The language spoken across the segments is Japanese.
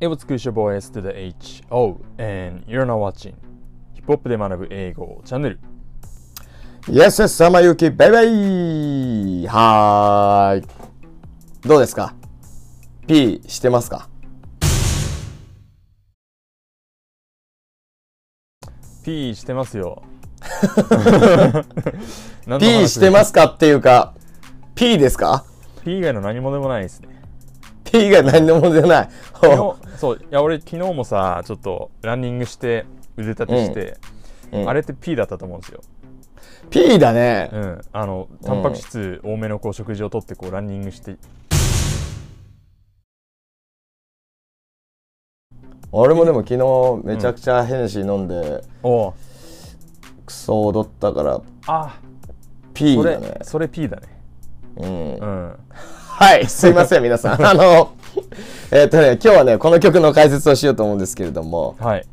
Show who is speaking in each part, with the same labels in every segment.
Speaker 1: Hey, what's good? It's your boy S to the HO, and you're now watching ヒップホップで学ぶ英語チャンネル。
Speaker 2: Yes, yes, さまゆき、バイバイはーい。どうですか ?P してますか
Speaker 1: P してますよ。
Speaker 2: ?P してますすかっていうか、P ですか
Speaker 1: ?P 以外の何もでもないですね。
Speaker 2: ?P が何のものじゃない。
Speaker 1: 昨日そう、いや俺昨日もさ、ちょっとランニングして腕立てして、
Speaker 2: うんうん
Speaker 1: あれって P だったと思うんですよ。
Speaker 2: P だね
Speaker 1: う。ん、あのタンパク質多めのこう食事をとってこうランニングして、
Speaker 2: 俺もでも昨日めちゃくちゃヘネシー飲んで、
Speaker 1: おう
Speaker 2: クソ踊ったから、
Speaker 1: あ、
Speaker 2: P
Speaker 1: そ
Speaker 2: だ
Speaker 1: れ
Speaker 2: ね。
Speaker 1: それ P だね。
Speaker 2: うん
Speaker 1: う、ん。
Speaker 2: はい、すいません、皆さん。あの、えっとね、今日はね、この曲の解説をしようと思うんですけれども、
Speaker 1: はい。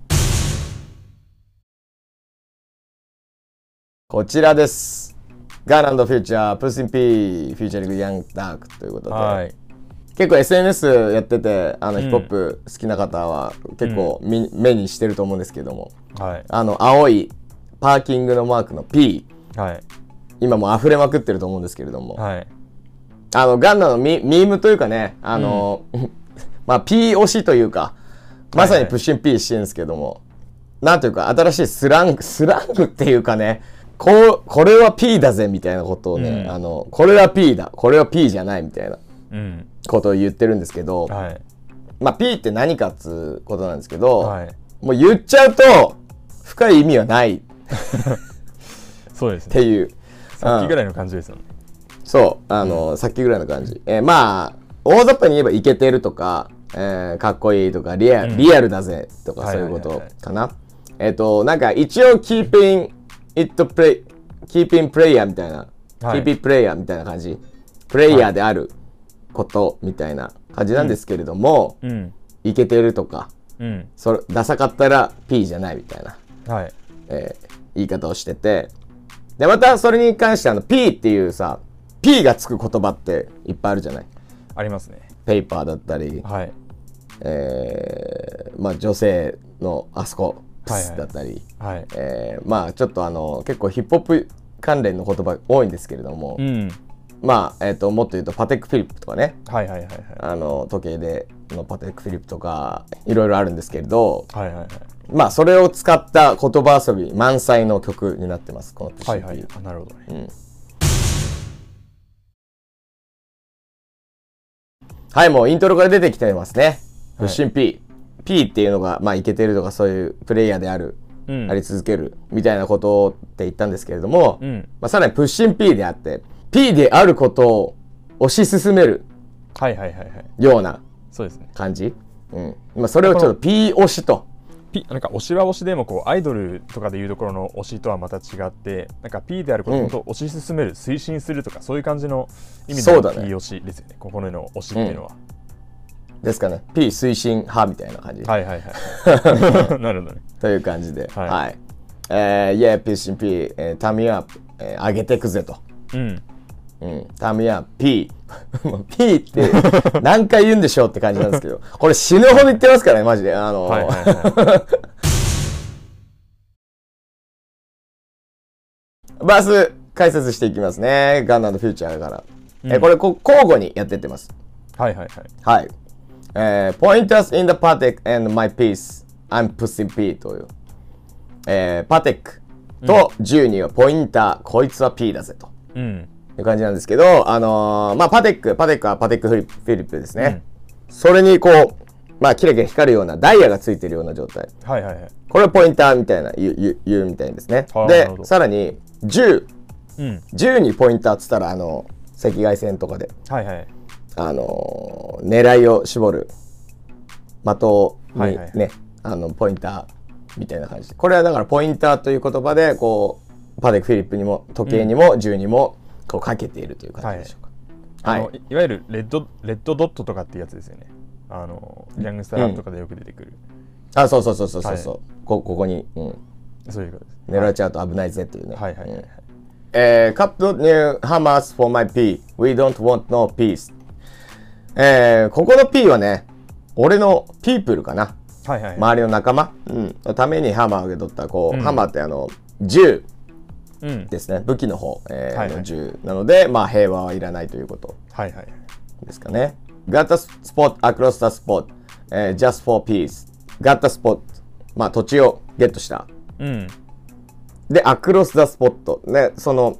Speaker 2: こちらです。ガーランドフューチャー、プースインピー、フューチャリングヤングダークということで、
Speaker 1: はい。
Speaker 2: 結構 SNS やってて、あの、
Speaker 1: ん
Speaker 2: ヒップホップ好きな方は結構み、目にしてると思うんですけども、
Speaker 1: はい。
Speaker 2: あの、青いパーキングのマークの P、
Speaker 1: はい。
Speaker 2: 今もう溢れまくってると思うんですけれども、
Speaker 1: はい。
Speaker 2: あの、ガンダのミミームというかね、あの、 まあ、P 推しというか、まさにプッシュン P してるんですけども、なんというか、新しいスラング、スラングっていうかね、こう、これは P だぜみたいなことをね、
Speaker 1: うん
Speaker 2: あの、これは P だ、これは P じゃないみたいな
Speaker 1: うん。
Speaker 2: ことを言ってるんですけど、
Speaker 1: はい。
Speaker 2: まあ、P って何かっつうことなんですけど、
Speaker 1: はい。
Speaker 2: もう言っちゃうと、深い意味はないっ
Speaker 1: そうですね。
Speaker 2: ていう。
Speaker 1: さっき
Speaker 2: うん
Speaker 1: ぐらいの感じですよね。
Speaker 2: そう、あの、さっきぐらいの感じ。えーまあ、大雑把に言えばイケてるとか、えーかっこいいとか、リア,、リアルだぜとか、
Speaker 1: はい
Speaker 2: そういうこと
Speaker 1: はいはい
Speaker 2: かな。えっ、と、なんか一応、キーピン、it play、キーピンプレイヤーみたいな、
Speaker 1: はい
Speaker 2: キーピンプレイヤーみたいな感じ。プレイヤーであることみたいな感じなんですけれども、
Speaker 1: うん。
Speaker 2: イケてるとか、
Speaker 1: うん。
Speaker 2: それ、ダサかったら P じゃないみたいな。
Speaker 1: はい。
Speaker 2: えー言い方をしててでまたそれに関してあの P っていうさ P がつく言葉っていっぱいあるじゃない
Speaker 1: ありますね。
Speaker 2: ペーパーだったり、
Speaker 1: はい。
Speaker 2: えーまあ、女性のあそこプ
Speaker 1: はいはい
Speaker 2: スだったり、
Speaker 1: はい。
Speaker 2: えーまあちょっとあの結構ヒップホップ関連の言葉多いんですけれども、
Speaker 1: うん。
Speaker 2: まあ、えー、ともっと言うとパテック・フィリップとかね
Speaker 1: はいはいはいはい。
Speaker 2: あの時計でのパテック・フィリップとかいろいろあるんですけれど
Speaker 1: はいはいはい。
Speaker 2: まあそれを使った言葉遊び満載の曲になってますこの「プシ
Speaker 1: は
Speaker 2: ュ
Speaker 1: い
Speaker 2: ッ
Speaker 1: は
Speaker 2: ピ
Speaker 1: いあ
Speaker 2: ー。
Speaker 1: なるほどね。
Speaker 2: はい、もうイントロから出てきてますね。
Speaker 1: はい
Speaker 2: 物心 P。P っていうのが、まあ、いけてるとか、そういうプレイヤーである、
Speaker 1: うん。
Speaker 2: あり続ける、みたいなことをって言ったんですけれども、
Speaker 1: うん。
Speaker 2: まあ、さらにプッシン P であって、P であることを推し進める
Speaker 1: はいはいはいはい。
Speaker 2: ような
Speaker 1: そうですね。
Speaker 2: 感じ。うん。まあ、それをちょっと P 推しと。
Speaker 1: P、なんか推しは推しでもこうアイドルとかでいうところの推しとはまた違ってなんか P であることを
Speaker 2: うん
Speaker 1: 本当推し進める、推進するとかそういう感じの意味で
Speaker 2: そ
Speaker 1: の
Speaker 2: う
Speaker 1: P
Speaker 2: だね
Speaker 1: 推しですよねここの世の推しっていうのは、
Speaker 2: ですかね。P 推進派みたいな感じ。
Speaker 1: はいはいはい なるほどね
Speaker 2: という感じで。
Speaker 1: は
Speaker 2: はいい。えー、Yeah, プッシン P、えー、タミアップ、えー上げてくぜと。
Speaker 1: うん
Speaker 2: うん、タミヤ P。もう P って何回言うんでしょうって感じなんです けど、これ死ぬほど言ってますからね、マジで。あの、
Speaker 1: はいはいは
Speaker 2: バース解説していきますね。ガンダムフューチャーから。
Speaker 1: うん
Speaker 2: えこれこ交互にやってってます。
Speaker 1: いはいはいはい
Speaker 2: はい。えー、Point us in the Patek and my piece. I'm pushing P という。えー、パテックと10人はポインター、こいつは P だぜと。
Speaker 1: うん
Speaker 2: いう感じなんですけど、あのーまあ、パテック、パテックはパテックフィリップフィリップですね。それにこう、まあ、キラキラ光るようなダイヤがついてるような状態。
Speaker 1: はいはいはい
Speaker 2: これをポインターみたいな、言う言う言うみたいですね
Speaker 1: はあ。な
Speaker 2: で
Speaker 1: るほど、
Speaker 2: さらに、10、
Speaker 1: うん
Speaker 2: 10にポインターっつったら、あの、赤外線とかで、
Speaker 1: はいはい
Speaker 2: あのー狙いを絞る
Speaker 1: は
Speaker 2: 的にね、
Speaker 1: いはいは
Speaker 2: あの、ポインターみたいな感じで。これはだから、ポインターという言葉で、こう、パテックフィリップにも、時計にも、10にも、こう、かけているという感じでしょうか。
Speaker 1: あ
Speaker 2: は
Speaker 1: の
Speaker 2: い
Speaker 1: い、いわゆるレッドレッドドットとかってやつですよね。あのギャングスターラップとかでよく出てくる、
Speaker 2: あ、そうそうそうそうそうそう、こ。ここに、うん、
Speaker 1: そういうことです。
Speaker 2: 狙っちゃうと危ないぜっていうね。
Speaker 1: はいはいはい、
Speaker 2: う
Speaker 1: は
Speaker 2: ん
Speaker 1: い。
Speaker 2: えー、Cut the new hammers for my P. We don't want no peace. えー、ここの P はね、俺のピープルかな
Speaker 1: はいはい。
Speaker 2: 周りの仲間、うん、のためにハンマーを受け取ったこう、
Speaker 1: うん
Speaker 2: ハンマーってあの銃
Speaker 1: うん。
Speaker 2: ですね武器の方、えー
Speaker 1: はいはい
Speaker 2: の銃なので、まあ、平和はいらないということ
Speaker 1: はいはい。
Speaker 2: ですかね Got the spot across the spot、えー just for peace Got the spot まあ土地をゲットした
Speaker 1: うん。
Speaker 2: で across the spot ねその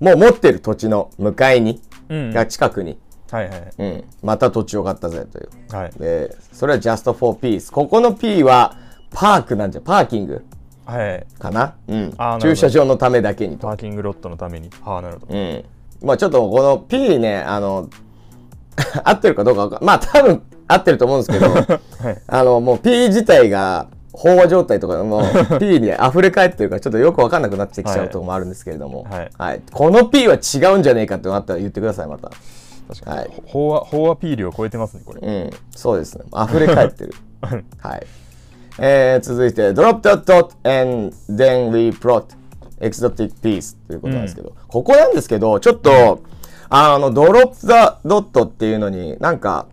Speaker 2: もう持ってる土地の向かいに、
Speaker 1: うん。
Speaker 2: が
Speaker 1: はい
Speaker 2: 近くに、
Speaker 1: はいはい。
Speaker 2: うん、また土地を買ったぜという
Speaker 1: はい。
Speaker 2: でそれは just for peace ここの P はパークなんじゃパーキング
Speaker 1: はい。
Speaker 2: かな,、うん、
Speaker 1: あーなるほど
Speaker 2: 駐車場のためだけにと、
Speaker 1: パーキングロットのために。はあ、なるほど。
Speaker 2: うん、まあちょっとこの P ねあの 合ってるかどうかわかんまあ多分合ってると思うんですけど
Speaker 1: はい。
Speaker 2: あのもう P 自体が飽和状態とかも う P に溢れ返ってるからちょっとよくわかんなくなってきちゃ
Speaker 1: は
Speaker 2: う
Speaker 1: い
Speaker 2: ところもあるんですけれども、
Speaker 1: はい
Speaker 2: この P は違うんじゃねえかってのがあったら言ってくださいまた
Speaker 1: 確かに。
Speaker 2: はい
Speaker 1: 飽和、飽和ピー量超えてますね、これ。
Speaker 2: うんそうですね溢れ返 ってるはい、えー、続いて Drop the dot and then we plot exotic piece ということなんですけど、ここなんですけどちょっと、あの Drop the dot っていうのになんか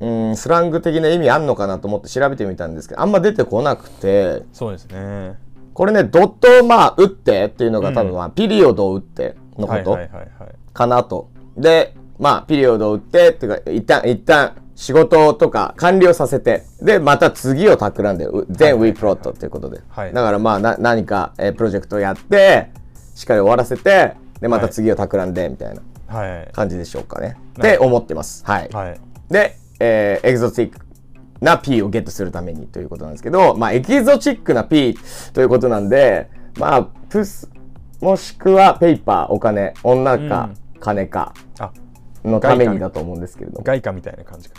Speaker 2: うんスラング的な意味あんのかなと思って調べてみたんですけどあんま出てこなくて
Speaker 1: そうですね。
Speaker 2: これねドットをまあ打ってっていうのが多分、まあピリオドを打ってのこ
Speaker 1: はい
Speaker 2: と、
Speaker 1: はいはいはい。
Speaker 2: かなと。で、まあ、ピリオドを打って、っていうか、一旦、一旦、仕事とか完了させて、で、また次を企んで、う then we plot ということで。
Speaker 1: はい
Speaker 2: だからまあ、な何か、えープロジェクトをやって、しっかり終わらせて、で、また次を企んで、みたいな
Speaker 1: はい。
Speaker 2: 感じでしょうかね。っ
Speaker 1: なる
Speaker 2: て思ってます。はい。
Speaker 1: はい。
Speaker 2: で、えーエキゾチックな P をゲットするためにということなんですけど、まあ、エキゾチックな P ということなんで、まあ、プス、もしくはペイパー、お金、女か、金か
Speaker 1: あ、
Speaker 2: のためにだと思うんですけれども。
Speaker 1: 外貨みたいな感じか。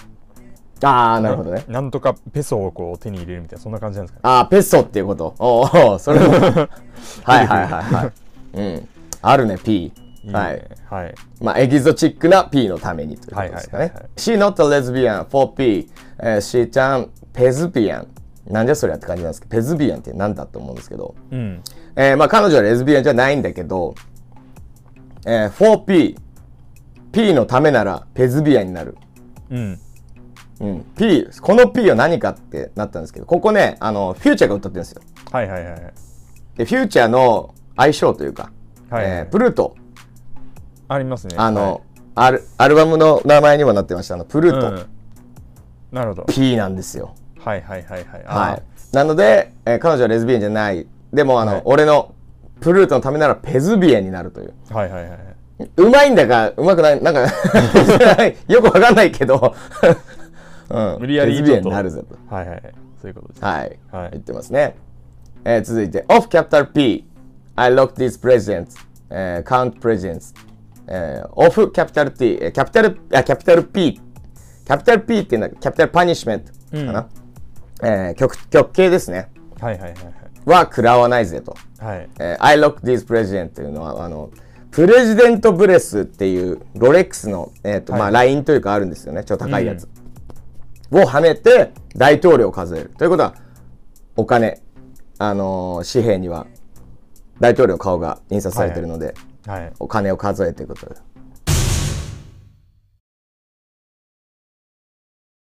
Speaker 2: ああ、なるほどね。
Speaker 1: なんとかペソをこう手に入れるみたいな、そんな感じなんですかね。
Speaker 2: ああ、ペソっていうこと。おーおー、それ も。はいはいはいはい。 うん。あるね、P。
Speaker 1: いいね
Speaker 2: はい。。
Speaker 1: はい。
Speaker 2: まあ、エキゾチックな P のためにということですか
Speaker 1: はい
Speaker 2: ね
Speaker 1: はいはいはい。
Speaker 2: She not a lesbian for P、えー、She turn pesbian。なんじゃそりゃって感じなんですけど、ペズビアンってなんだと思うんですけど、
Speaker 1: うん。
Speaker 2: えーまあ、彼女はレズビアンじゃないんだけど、えー、4P、P のためならペズビアンになる。
Speaker 1: うん。
Speaker 2: うん、P、この P は何かってなったんですけど、ここね、あの、フューチャーが歌ってるんですよ。
Speaker 1: はいはいはいはい。
Speaker 2: で、フューチャーの相性というか、
Speaker 1: はいはいはい
Speaker 2: えープルート、
Speaker 1: ありますね。
Speaker 2: あの、アルアルバムの名前にもなってました、あの、プル
Speaker 1: は
Speaker 2: ー
Speaker 1: い、
Speaker 2: ト。
Speaker 1: うん。なるほど。
Speaker 2: P なんですよ。
Speaker 1: はいはいはいはい。あー
Speaker 2: はい。なので、えー彼女はレズビアンじゃない。でも、あの、
Speaker 1: はい俺
Speaker 2: 俺のプルートのためならペズビアンになるという。
Speaker 1: はいはいはいはい。
Speaker 2: うまいんだか、うまくない、なん かよくわかんないけど、うん。
Speaker 1: 無理やり
Speaker 2: ペズビアンになるぜと。
Speaker 1: はいはいはい。そういうことです。
Speaker 2: はい。
Speaker 1: はい
Speaker 2: 言ってますね。えー続いて、Off Capital P. I lock these presents.、えー count presents. えー Off Capital T. えー Capital, あ Capital P. Capital P っていうのは Capital Punishment かな。えー極極刑ですね。
Speaker 1: はいはいはい
Speaker 2: は食らわないぜと。
Speaker 1: はい。はい。
Speaker 2: えー I lock these presents というのは、あの、プレジデントブレスっていうロレックスの、えーとまあ、ラインというかあるんですよね。ちょっと高いやつ。をはめて大統領を数える。ということは、お金、あのー紙幣には大統領の顔が印刷されてるので、
Speaker 1: はい。
Speaker 2: お金を数えていくことで。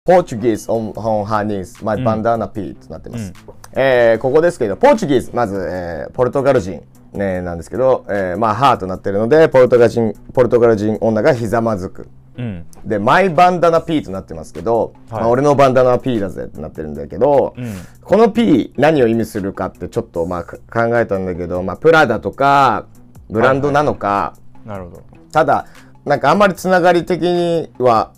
Speaker 2: Portuguese on, on her knees, my bandana P となってます、えーここですけど、Portuguese、まず、えーポルトガル人、ね、なんですけど、えーまあ、ハーとなってるので、ポルトガル人、ポルトガル人女がひざまずく。
Speaker 1: うん。
Speaker 2: で、マイバンダナ P となってますけど、
Speaker 1: はい
Speaker 2: まあ俺のバンダナは P だぜってなってるんだけど、この P 何を意味するかってちょっとまあか考えたんだけど、まあ、プラダとかブランドなのか、
Speaker 1: なるほど。
Speaker 2: ただなんかあんまりつながり的には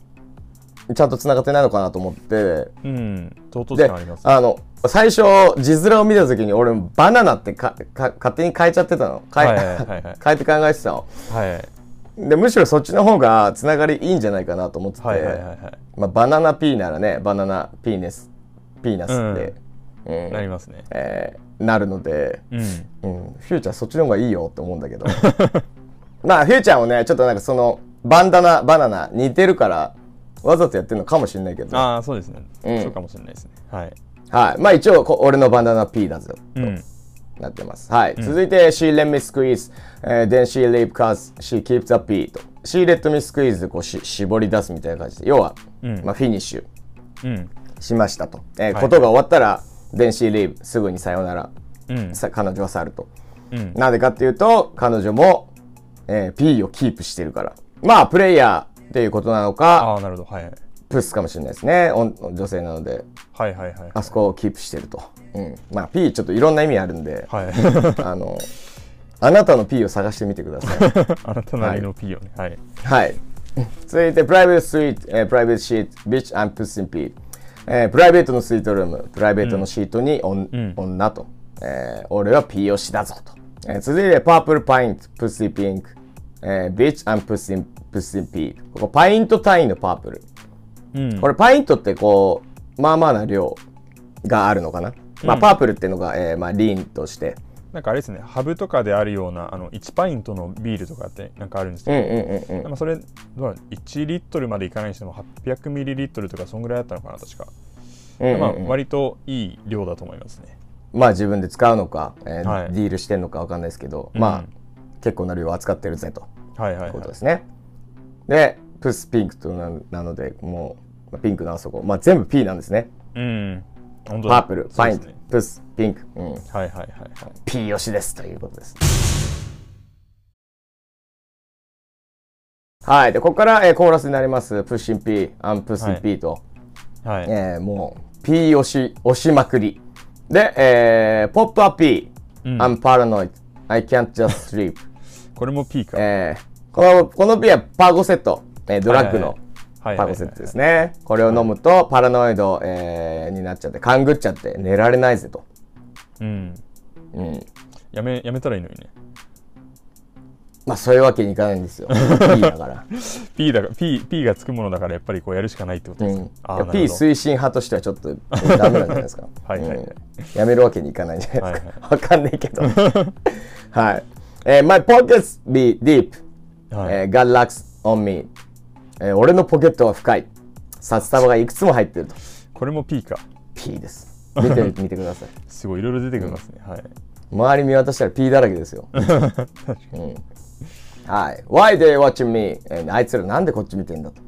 Speaker 2: ちゃんとつながってないのかなと思って
Speaker 1: うん。唐突
Speaker 2: で
Speaker 1: 感あります。
Speaker 2: あの最初字面を見た時に俺バナナってかか勝手に変えちゃってたの変え,、
Speaker 1: はいはいはいはい
Speaker 2: 変えて考えてたの
Speaker 1: はい。
Speaker 2: でむしろそっちの方がつながりいいんじゃないかなと思ってて、
Speaker 1: はいはいはいは
Speaker 2: まあ、バナナピーならねバナナピーネスピーナスって、うん
Speaker 1: い。なりますね。
Speaker 2: えーなるので、
Speaker 1: うん。
Speaker 2: うん、フューチャーそっちの方がいいよって思うんだけど まあフューチャーもねちょっとなんかそのバンダナバナナ似てるからわざとやってるのかもしれないけど
Speaker 1: あ
Speaker 2: は
Speaker 1: あ、そうですね。
Speaker 2: うん
Speaker 1: そうかもしれないですね。はい。
Speaker 2: いまあ一応こ俺のバンダナ P だぜ
Speaker 1: うん。
Speaker 2: なってますはい、続いて She let me squeeze、えー、then she leave cause she keeps the P と She let me squeeze でこうし絞り出すみたいな感じで要は、まあフィニッシュ
Speaker 1: うん
Speaker 2: しましたと、えー
Speaker 1: はい
Speaker 2: ことが終わったら電子リーブすぐにさよなら
Speaker 1: うん
Speaker 2: さ彼女は去ると
Speaker 1: うん
Speaker 2: なぜかっていうと彼女も、えー P をキープしてるからまあプレイヤーっていうことなのか
Speaker 1: ああなるほどはい
Speaker 2: プスかもしれないですねおん女性なので
Speaker 1: はいはいはい
Speaker 2: あそこをキープしてると、うん、まあ P ちょっといろんな意味あるんで、
Speaker 1: はい
Speaker 2: あのあなたの P を探してみてください
Speaker 1: あなたなりの P をねはい
Speaker 2: はい。続いて、プライベートスイート、えープライベートシート、ビッチ and puss in p、えープライベートのスイートルーム、プライベートのシートに、おん女と、えー俺は P 推しだぞと。えー続いて、パープルパイント、プッシーピンク、えー、ビッチ and puss in, puss in p。ここ、パイント単位のパープル。
Speaker 1: うん
Speaker 2: これ、パイントってこう、まあまあな量があるのかな。まあ、パープルっていうのが、えーまあ、リーンとして。
Speaker 1: なんかあれですねハブとかであるようなあの1パイントのビールとかってなんかあるんですけ
Speaker 2: う
Speaker 1: ど
Speaker 2: んうんうんうん。
Speaker 1: まあそれどうなの1リットルまでいかないにしても800ミリリットルとかそんぐらいだったのかな確か、
Speaker 2: うんうんうん
Speaker 1: まあ、割といい量だと思いますね
Speaker 2: まあ自分で使うのか、えー
Speaker 1: はい
Speaker 2: ディールしてんのかわかんないですけど、まあ結構な量扱ってるぜと
Speaker 1: はいはい、はい
Speaker 2: ことですね。で、プスピンクとななので、もう、まあピンクのあそこ、まあ全部 P なんですね。
Speaker 1: うん本当
Speaker 2: パ
Speaker 1: だ
Speaker 2: ープル、フ
Speaker 1: そう
Speaker 2: ァ
Speaker 1: で
Speaker 2: イ
Speaker 1: す
Speaker 2: ン、
Speaker 1: ね
Speaker 2: プス、ピンク、うん、
Speaker 1: はいはいはいはい
Speaker 2: P よしですということです。はい、でここから、えーコーラスになります、プッシン P、アンプスン P と、
Speaker 1: はい、
Speaker 2: えーもう P 押し押しまくりで、えー、ポップアップ P、I'm paranoid I can't just sleep、
Speaker 1: これも P か、
Speaker 2: えーこのこの P はパーゴセット、えードラッグの
Speaker 1: はい
Speaker 2: パ
Speaker 1: はいは
Speaker 2: ーゴセ
Speaker 1: い
Speaker 2: ットですねこれを飲むとパラノイド、えーになっちゃって勘ぐっちゃって寝られないぜと、
Speaker 1: うん
Speaker 2: うん、
Speaker 1: やめやめたらいいのにね
Speaker 2: まあそういうわけにいかないん ですよ P だから、
Speaker 1: P だが P, P がつくものだからやっぱりこうやるしかないってこと
Speaker 2: う
Speaker 1: で
Speaker 2: ん、
Speaker 1: す
Speaker 2: い
Speaker 1: か、
Speaker 2: や
Speaker 1: あ
Speaker 2: P 推進派としてはちょ っとダメなんじゃないですか
Speaker 1: はいはいはい
Speaker 2: うんやめるわけにいかないじゃないですか
Speaker 1: はいは
Speaker 2: わかんないけどはい、えー、My pockets be deep、
Speaker 1: はい
Speaker 2: えー、God locks on me、えー俺のポケットは深い札束がいくつも入ってると
Speaker 1: これも P か
Speaker 2: P です見て見てください
Speaker 1: すごいいろいろ出てきますね、はい
Speaker 2: 周り見渡したら P だらけですよ、うん、はい Why they watching me、えーあいつらなんでこっち見てんだと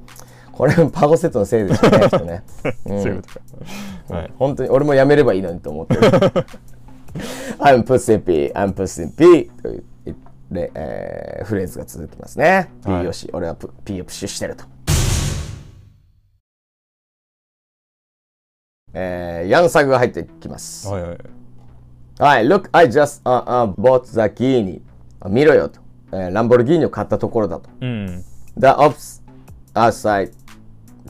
Speaker 2: これパゴセットのせいですよねきっとね
Speaker 1: そういうことか、はい
Speaker 2: 本当に俺もやめればいいのにと思ってる。I'm pussy P, I'm pussy P という、でえーフレーズが続きますね。
Speaker 1: はい
Speaker 2: P よし、俺はプ P をプッシュしてると。えー、ヤンサグが入ってきます。
Speaker 1: はいはい
Speaker 2: はい、Look, I just uh, uh, bought the Gini. あ見ろよと、えーランボルギーニを買ったところだと。
Speaker 1: うん、
Speaker 2: The Ops Outside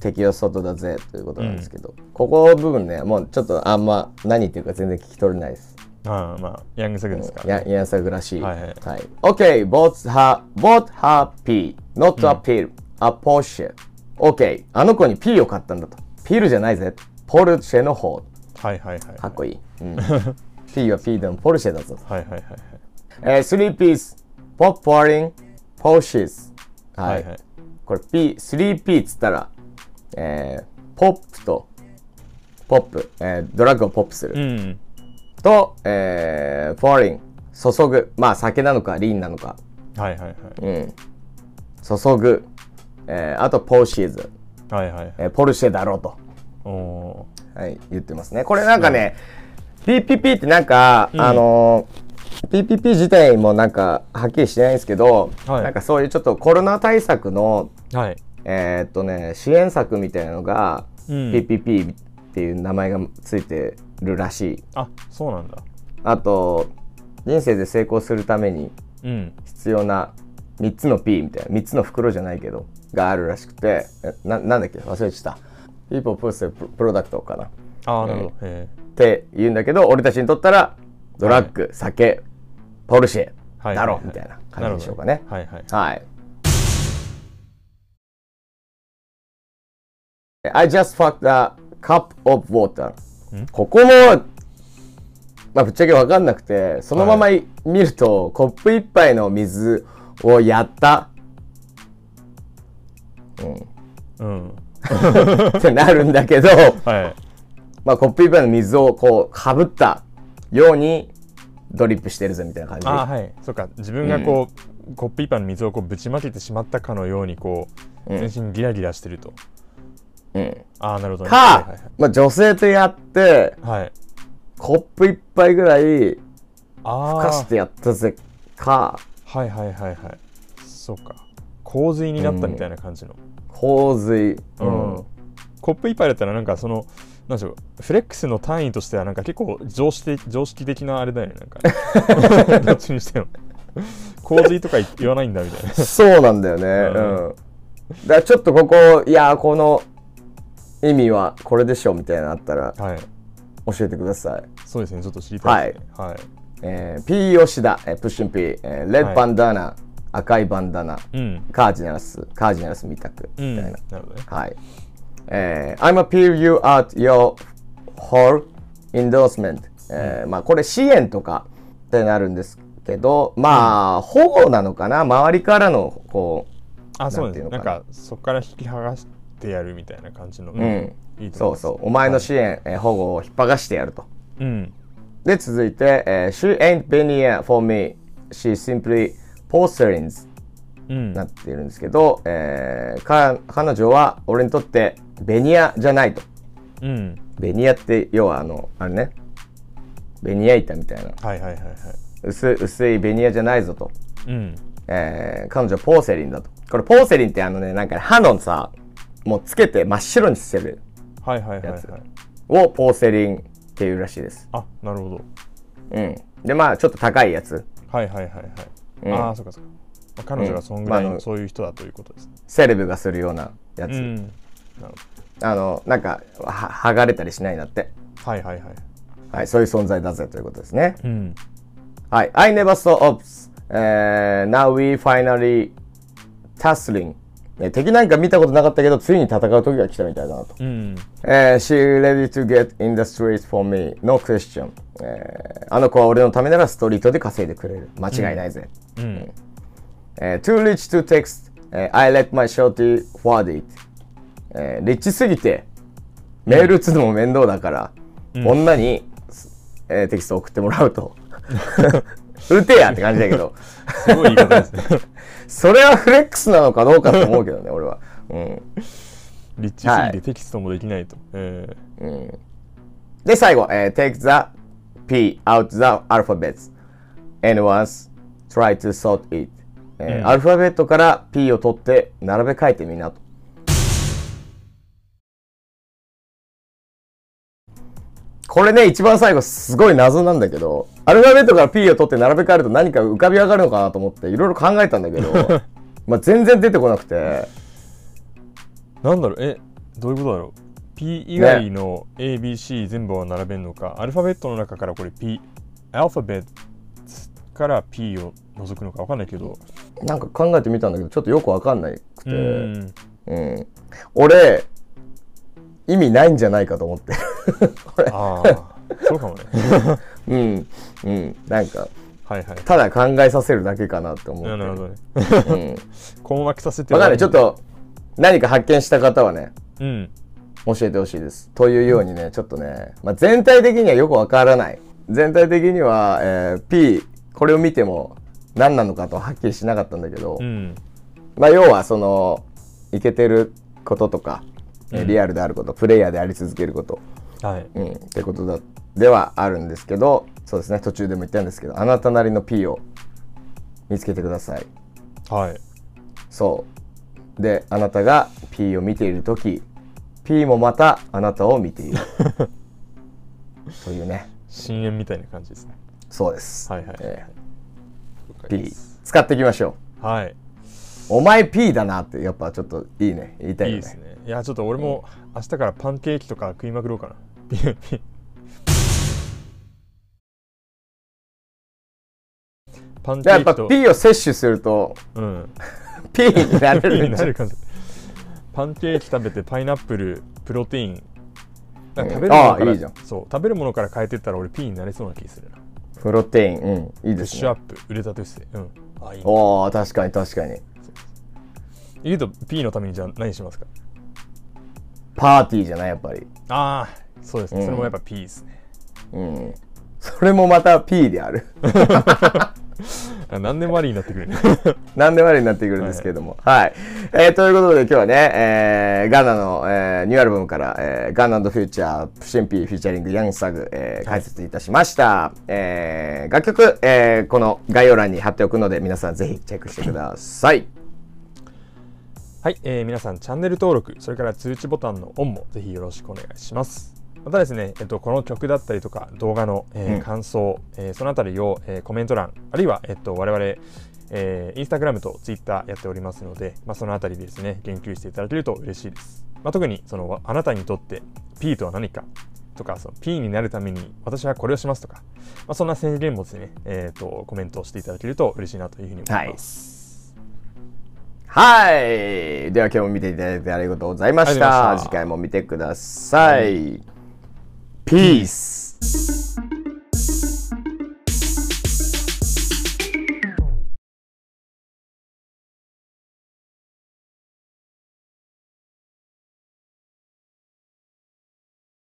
Speaker 2: 敵は外だぜということなんですけど、ここの部分ねもうちょっとあんま何言ってるか全然聞き取れないです
Speaker 1: ああまあヤングサグですか、
Speaker 2: ややんさぐらしい
Speaker 1: はいはい
Speaker 2: OK both her both her P not a pill、a Porsche OK あの子に P を買ったんだとピールじゃないぜポルシェの方
Speaker 1: はいはいはい
Speaker 2: か
Speaker 1: は
Speaker 2: っこいい、うん P は P でもポルシェだぞ
Speaker 1: いはいはいはい
Speaker 2: えー、3ピース、ポップワリン、ポーシーズ。は。
Speaker 1: はいいはい
Speaker 2: これ P、3P っつったら、えー、ポップと、ポップ、えー、ドラッグをポップする。
Speaker 1: うん
Speaker 2: と、えー、ポーリン、注ぐ。まあ、酒なのか、リンなのか、
Speaker 1: はいはいはい
Speaker 2: 注ぐ。えー、あと、ポーシーズ、
Speaker 1: はいはい
Speaker 2: えー、ポルシェだろうと、
Speaker 1: お
Speaker 2: はい、言ってますね。これなんかね、PPP ってなんか、あのー PPP 自体もなんかはっきりしてないんですけど、
Speaker 1: はい
Speaker 2: なんかそういうちょっとコロナ対策の
Speaker 1: ーはい
Speaker 2: えーっとね支援策みたいなのが、
Speaker 1: うん
Speaker 2: PPP っていう名前がついてるらしい
Speaker 1: あそうなんだ
Speaker 2: あと人生で成功するために
Speaker 1: うん
Speaker 2: 必要な3つの P みたいな3つの袋じゃないけどがあるらしくてえななんだっけ忘れてた People Person Product かなっ
Speaker 1: ああなるほど、へ
Speaker 2: て言うんだけど俺たちにとったらドラッグ、酒ポルシェ
Speaker 1: はい
Speaker 2: だろ、
Speaker 1: はいはい
Speaker 2: みたいな
Speaker 1: え
Speaker 2: 感じでしょうかね
Speaker 1: はいはい
Speaker 2: はい。I just fucked a cup of water. ここも、まあ、ぶっちゃけわかんなくて、そのままい見ると、コップ一杯の水をやった
Speaker 1: うん
Speaker 2: ってなるんだけど、
Speaker 1: はい
Speaker 2: まあ、コップ一杯の水をこう、かぶったようにドリップしてるぜみたいな
Speaker 1: ああ
Speaker 2: 感
Speaker 1: はいそうか自分がこう、コップ一杯の水をこうぶちまけてしまったかのようにこう全身ギラギラしてると、
Speaker 2: じ。うん。
Speaker 1: ああ、なるほどね。
Speaker 2: か、
Speaker 1: はいはい
Speaker 2: まあ女性とやって、
Speaker 1: はい。はい、
Speaker 2: コップ一杯ぐらい、
Speaker 1: ああ。
Speaker 2: ふかしてやったぜ、か、
Speaker 1: はいはいはいはい。そうか。洪水になったみたいな感じの。
Speaker 2: 洪
Speaker 1: う
Speaker 2: 水。
Speaker 1: ん。コップ一杯だったら、なんかその、なんでしょう、フレックスの単位としては、なんか結構常識的常識的なあれだよね、なんか。どっちにしても。洪水とか言わないんだみたいな。
Speaker 2: そうなんだよね。うん。だからちょっとここ、いやー、この意味はこれでしょ、みたいなのあったら
Speaker 1: はい。
Speaker 2: 教えてください。
Speaker 1: そうですね、ちょっと知りたいですね。はい。
Speaker 2: えー、P 吉田、えー、プッシュン P、えーレッドバンダナ、赤いバンダナ、
Speaker 1: うん。
Speaker 2: カージナルス、カージナルスみたく、
Speaker 1: うん。
Speaker 2: みた
Speaker 1: ないる
Speaker 2: な。
Speaker 1: ほどね。
Speaker 2: はい。えー、I'm appeal you at your whole endorsement、えーまあこれ支援とかってなるんですけど、まあ、保護なのかな周りからの、こ
Speaker 1: あ、そうですね。
Speaker 2: な
Speaker 1: なんん
Speaker 2: ていうのかな
Speaker 1: か、そこから引き剥がしてやるみたいな感じの。うんいいと思いま
Speaker 2: う、そう
Speaker 1: す
Speaker 2: そう、お前の支援、えー保護を引っ張がしてやると。
Speaker 1: うん。
Speaker 2: で、続いて、えー She ain't been here for me. She simply porcelains.
Speaker 1: うん。
Speaker 2: なっているんですけど、えーか彼女は俺にとってベニヤじゃないと。
Speaker 1: うん。
Speaker 2: ベニヤって要はあの、あれね、ベニヤ板みたいな
Speaker 1: はいはいはいはい。
Speaker 2: 薄い薄いベニヤじゃないぞと。
Speaker 1: うん。
Speaker 2: えー彼女はポーセリンだと。これポーセリンってあのね、なんか歯のさ、もうつけて真っ白にしてる
Speaker 1: はいはいはいは
Speaker 2: や
Speaker 1: い
Speaker 2: つ。をポーセリンっていうらしいです。
Speaker 1: あ、なるほど。
Speaker 2: うん。で、まあちょっと高いやつ。
Speaker 1: はいはいはいはい。
Speaker 2: ん
Speaker 1: ああ、そうかそうか。まあ彼女がそんぐらい
Speaker 2: まあ
Speaker 1: のそういう人だということですね。
Speaker 2: セレブがするようなやつ。
Speaker 1: うん。なるほ
Speaker 2: あの、なんか、は剥がれたりしないなって。
Speaker 1: ど。はいはいはい。
Speaker 2: はい、そういう存在だぜということですね。
Speaker 1: うん。
Speaker 2: はい。I never saw ops.、えー now we finally tussling. えー敵なんか見たことなかったけど、ついに戦う時が来たみたいだなと。
Speaker 1: うん。
Speaker 2: えー she ready to get in the streets for me. No question.、えーあの子は俺のためならストリートで稼いでくれる。間違いないぜ。
Speaker 1: うん。
Speaker 2: えー too rich to text.、えー I let my shorty forward it. えーリッチすぎて、メール打つのも面倒だから、女に、えーテキスト送ってもらうと。 打てやって感じだけど。
Speaker 1: すごい言い方です ね。
Speaker 2: それはフレックスなのかどうかと思うけどね、俺は。うん。
Speaker 1: リッチすぎてテキストもできないと。えー
Speaker 2: で、最後、えー take the P out the alphabet and once try to sort it、えーアルファベットから P を取って並べ替えてみなと。これね、一番最後、すごい謎なんだけど、アルファベットから P を取って並べ替えると何か浮かび上がるのかなと思って、いろいろ考えたんだけど、 まあ全然出てこなくて、
Speaker 1: なんだろう、え、どういうことだろう。P 以外の ABC 全部を並べるのか、アルファベットの中からこれ P、アルファベットから P を除くのかわかんないけど。
Speaker 2: なんか考えてみたんだけど、ちょっとよくわかんなく て、
Speaker 1: うん。
Speaker 2: うん、俺意味ないんじゃないかと思ってるこれ
Speaker 1: ああ、そうかもね。
Speaker 2: うんうんなんか
Speaker 1: はいはい。
Speaker 2: ただ考えさせるだけかなって思って
Speaker 1: な
Speaker 2: る
Speaker 1: るほどね。
Speaker 2: うん、
Speaker 1: 困惑させて
Speaker 2: 分
Speaker 1: は
Speaker 2: かん
Speaker 1: な
Speaker 2: ない
Speaker 1: い
Speaker 2: ちょっと何か発見した方はね
Speaker 1: うん。
Speaker 2: 教えてほしいですというようにねちょっとね、まあ、全体的にはよくわからない全体的には、えー P これを見ても何なのかとはっきりしなかったんだけど、
Speaker 1: うん。
Speaker 2: まあ要はそのイケてることとか、えーリアルであることプレイヤーであり続けること
Speaker 1: はい。
Speaker 2: うん、ってことだではあるんですけどそうですね途中でも言ったんですけどあなたなりの P を見つけてください
Speaker 1: はい。
Speaker 2: そうであなたが P を見ている時 P もまたあなたを見て いるというね
Speaker 1: 深淵みたいな感じですね。
Speaker 2: そうです、
Speaker 1: はいはい。
Speaker 2: え
Speaker 1: 了解で
Speaker 2: P
Speaker 1: す
Speaker 2: 使っていきましょう
Speaker 1: はい。
Speaker 2: お前 P だなってやっぱちょっといいね言いたい
Speaker 1: いい
Speaker 2: よ
Speaker 1: で
Speaker 2: ね
Speaker 1: すね。いや、ちょっと俺も明日からパンケーキとか食いまくろうかな。パンケ
Speaker 2: でやっ
Speaker 1: ー
Speaker 2: ぱ
Speaker 1: キと、
Speaker 2: P を摂取すると
Speaker 1: うん
Speaker 2: P になれ
Speaker 1: ピ ー
Speaker 2: る
Speaker 1: に
Speaker 2: ん
Speaker 1: な
Speaker 2: じゃ
Speaker 1: る感じ。パンケーキ食べてパイナップル、プロテイン。なんか食べるもの
Speaker 2: ああ
Speaker 1: から
Speaker 2: いいじゃん
Speaker 1: そう食べるものから変えてったら俺 P になれそうな気するな。
Speaker 2: プロテインうんいい
Speaker 1: プ
Speaker 2: で
Speaker 1: ッ
Speaker 2: す
Speaker 1: シュア
Speaker 2: ね
Speaker 1: ップ、売れたとして。うん。あ、いいね。
Speaker 2: おー確かに確かに
Speaker 1: ゆうと P のためにじゃあ何しますか
Speaker 2: パーティーじゃないやっぱり
Speaker 1: ああ、そうですね。それもやっぱ P ですね。
Speaker 2: うん。それもまた P である。
Speaker 1: ら何でもありになってくるね。
Speaker 2: 何でもありになってくるんですけれども。はい、えーということで今日はね、えーガナの、えーニューアルバムから、えーガナフューチャー、プシンピーフューチャリング、ヤングサグ、えー解説いたしました。えー楽曲、えーこの概要欄に貼っておくので、皆さんぜひチェックしてください。
Speaker 1: はい、えー皆さんチャンネル登録、それから通知ボタンのオンもぜひよろしくお願いします。またですね、えっと、この曲だったりとか動画の、えー
Speaker 2: うん
Speaker 1: 感想、えーそのあたりを、えーコメント欄、あるいは、えっと、我々、えー、インスタグラムとツイッターやっておりますので、まあ、そのあたりでですね、言及していただけると嬉しいです。まあ、特にそのわあなたにとって P とは何かとか、その P になるために私はこれをしますとか、まあ、そんな宣言もですね、えっとコメントをしていただけると嬉しいなというふうに思います。
Speaker 2: はい。では今日も見ていただいてありがとうございました。
Speaker 1: ありがとうございました
Speaker 2: 次回も見てください。ピース。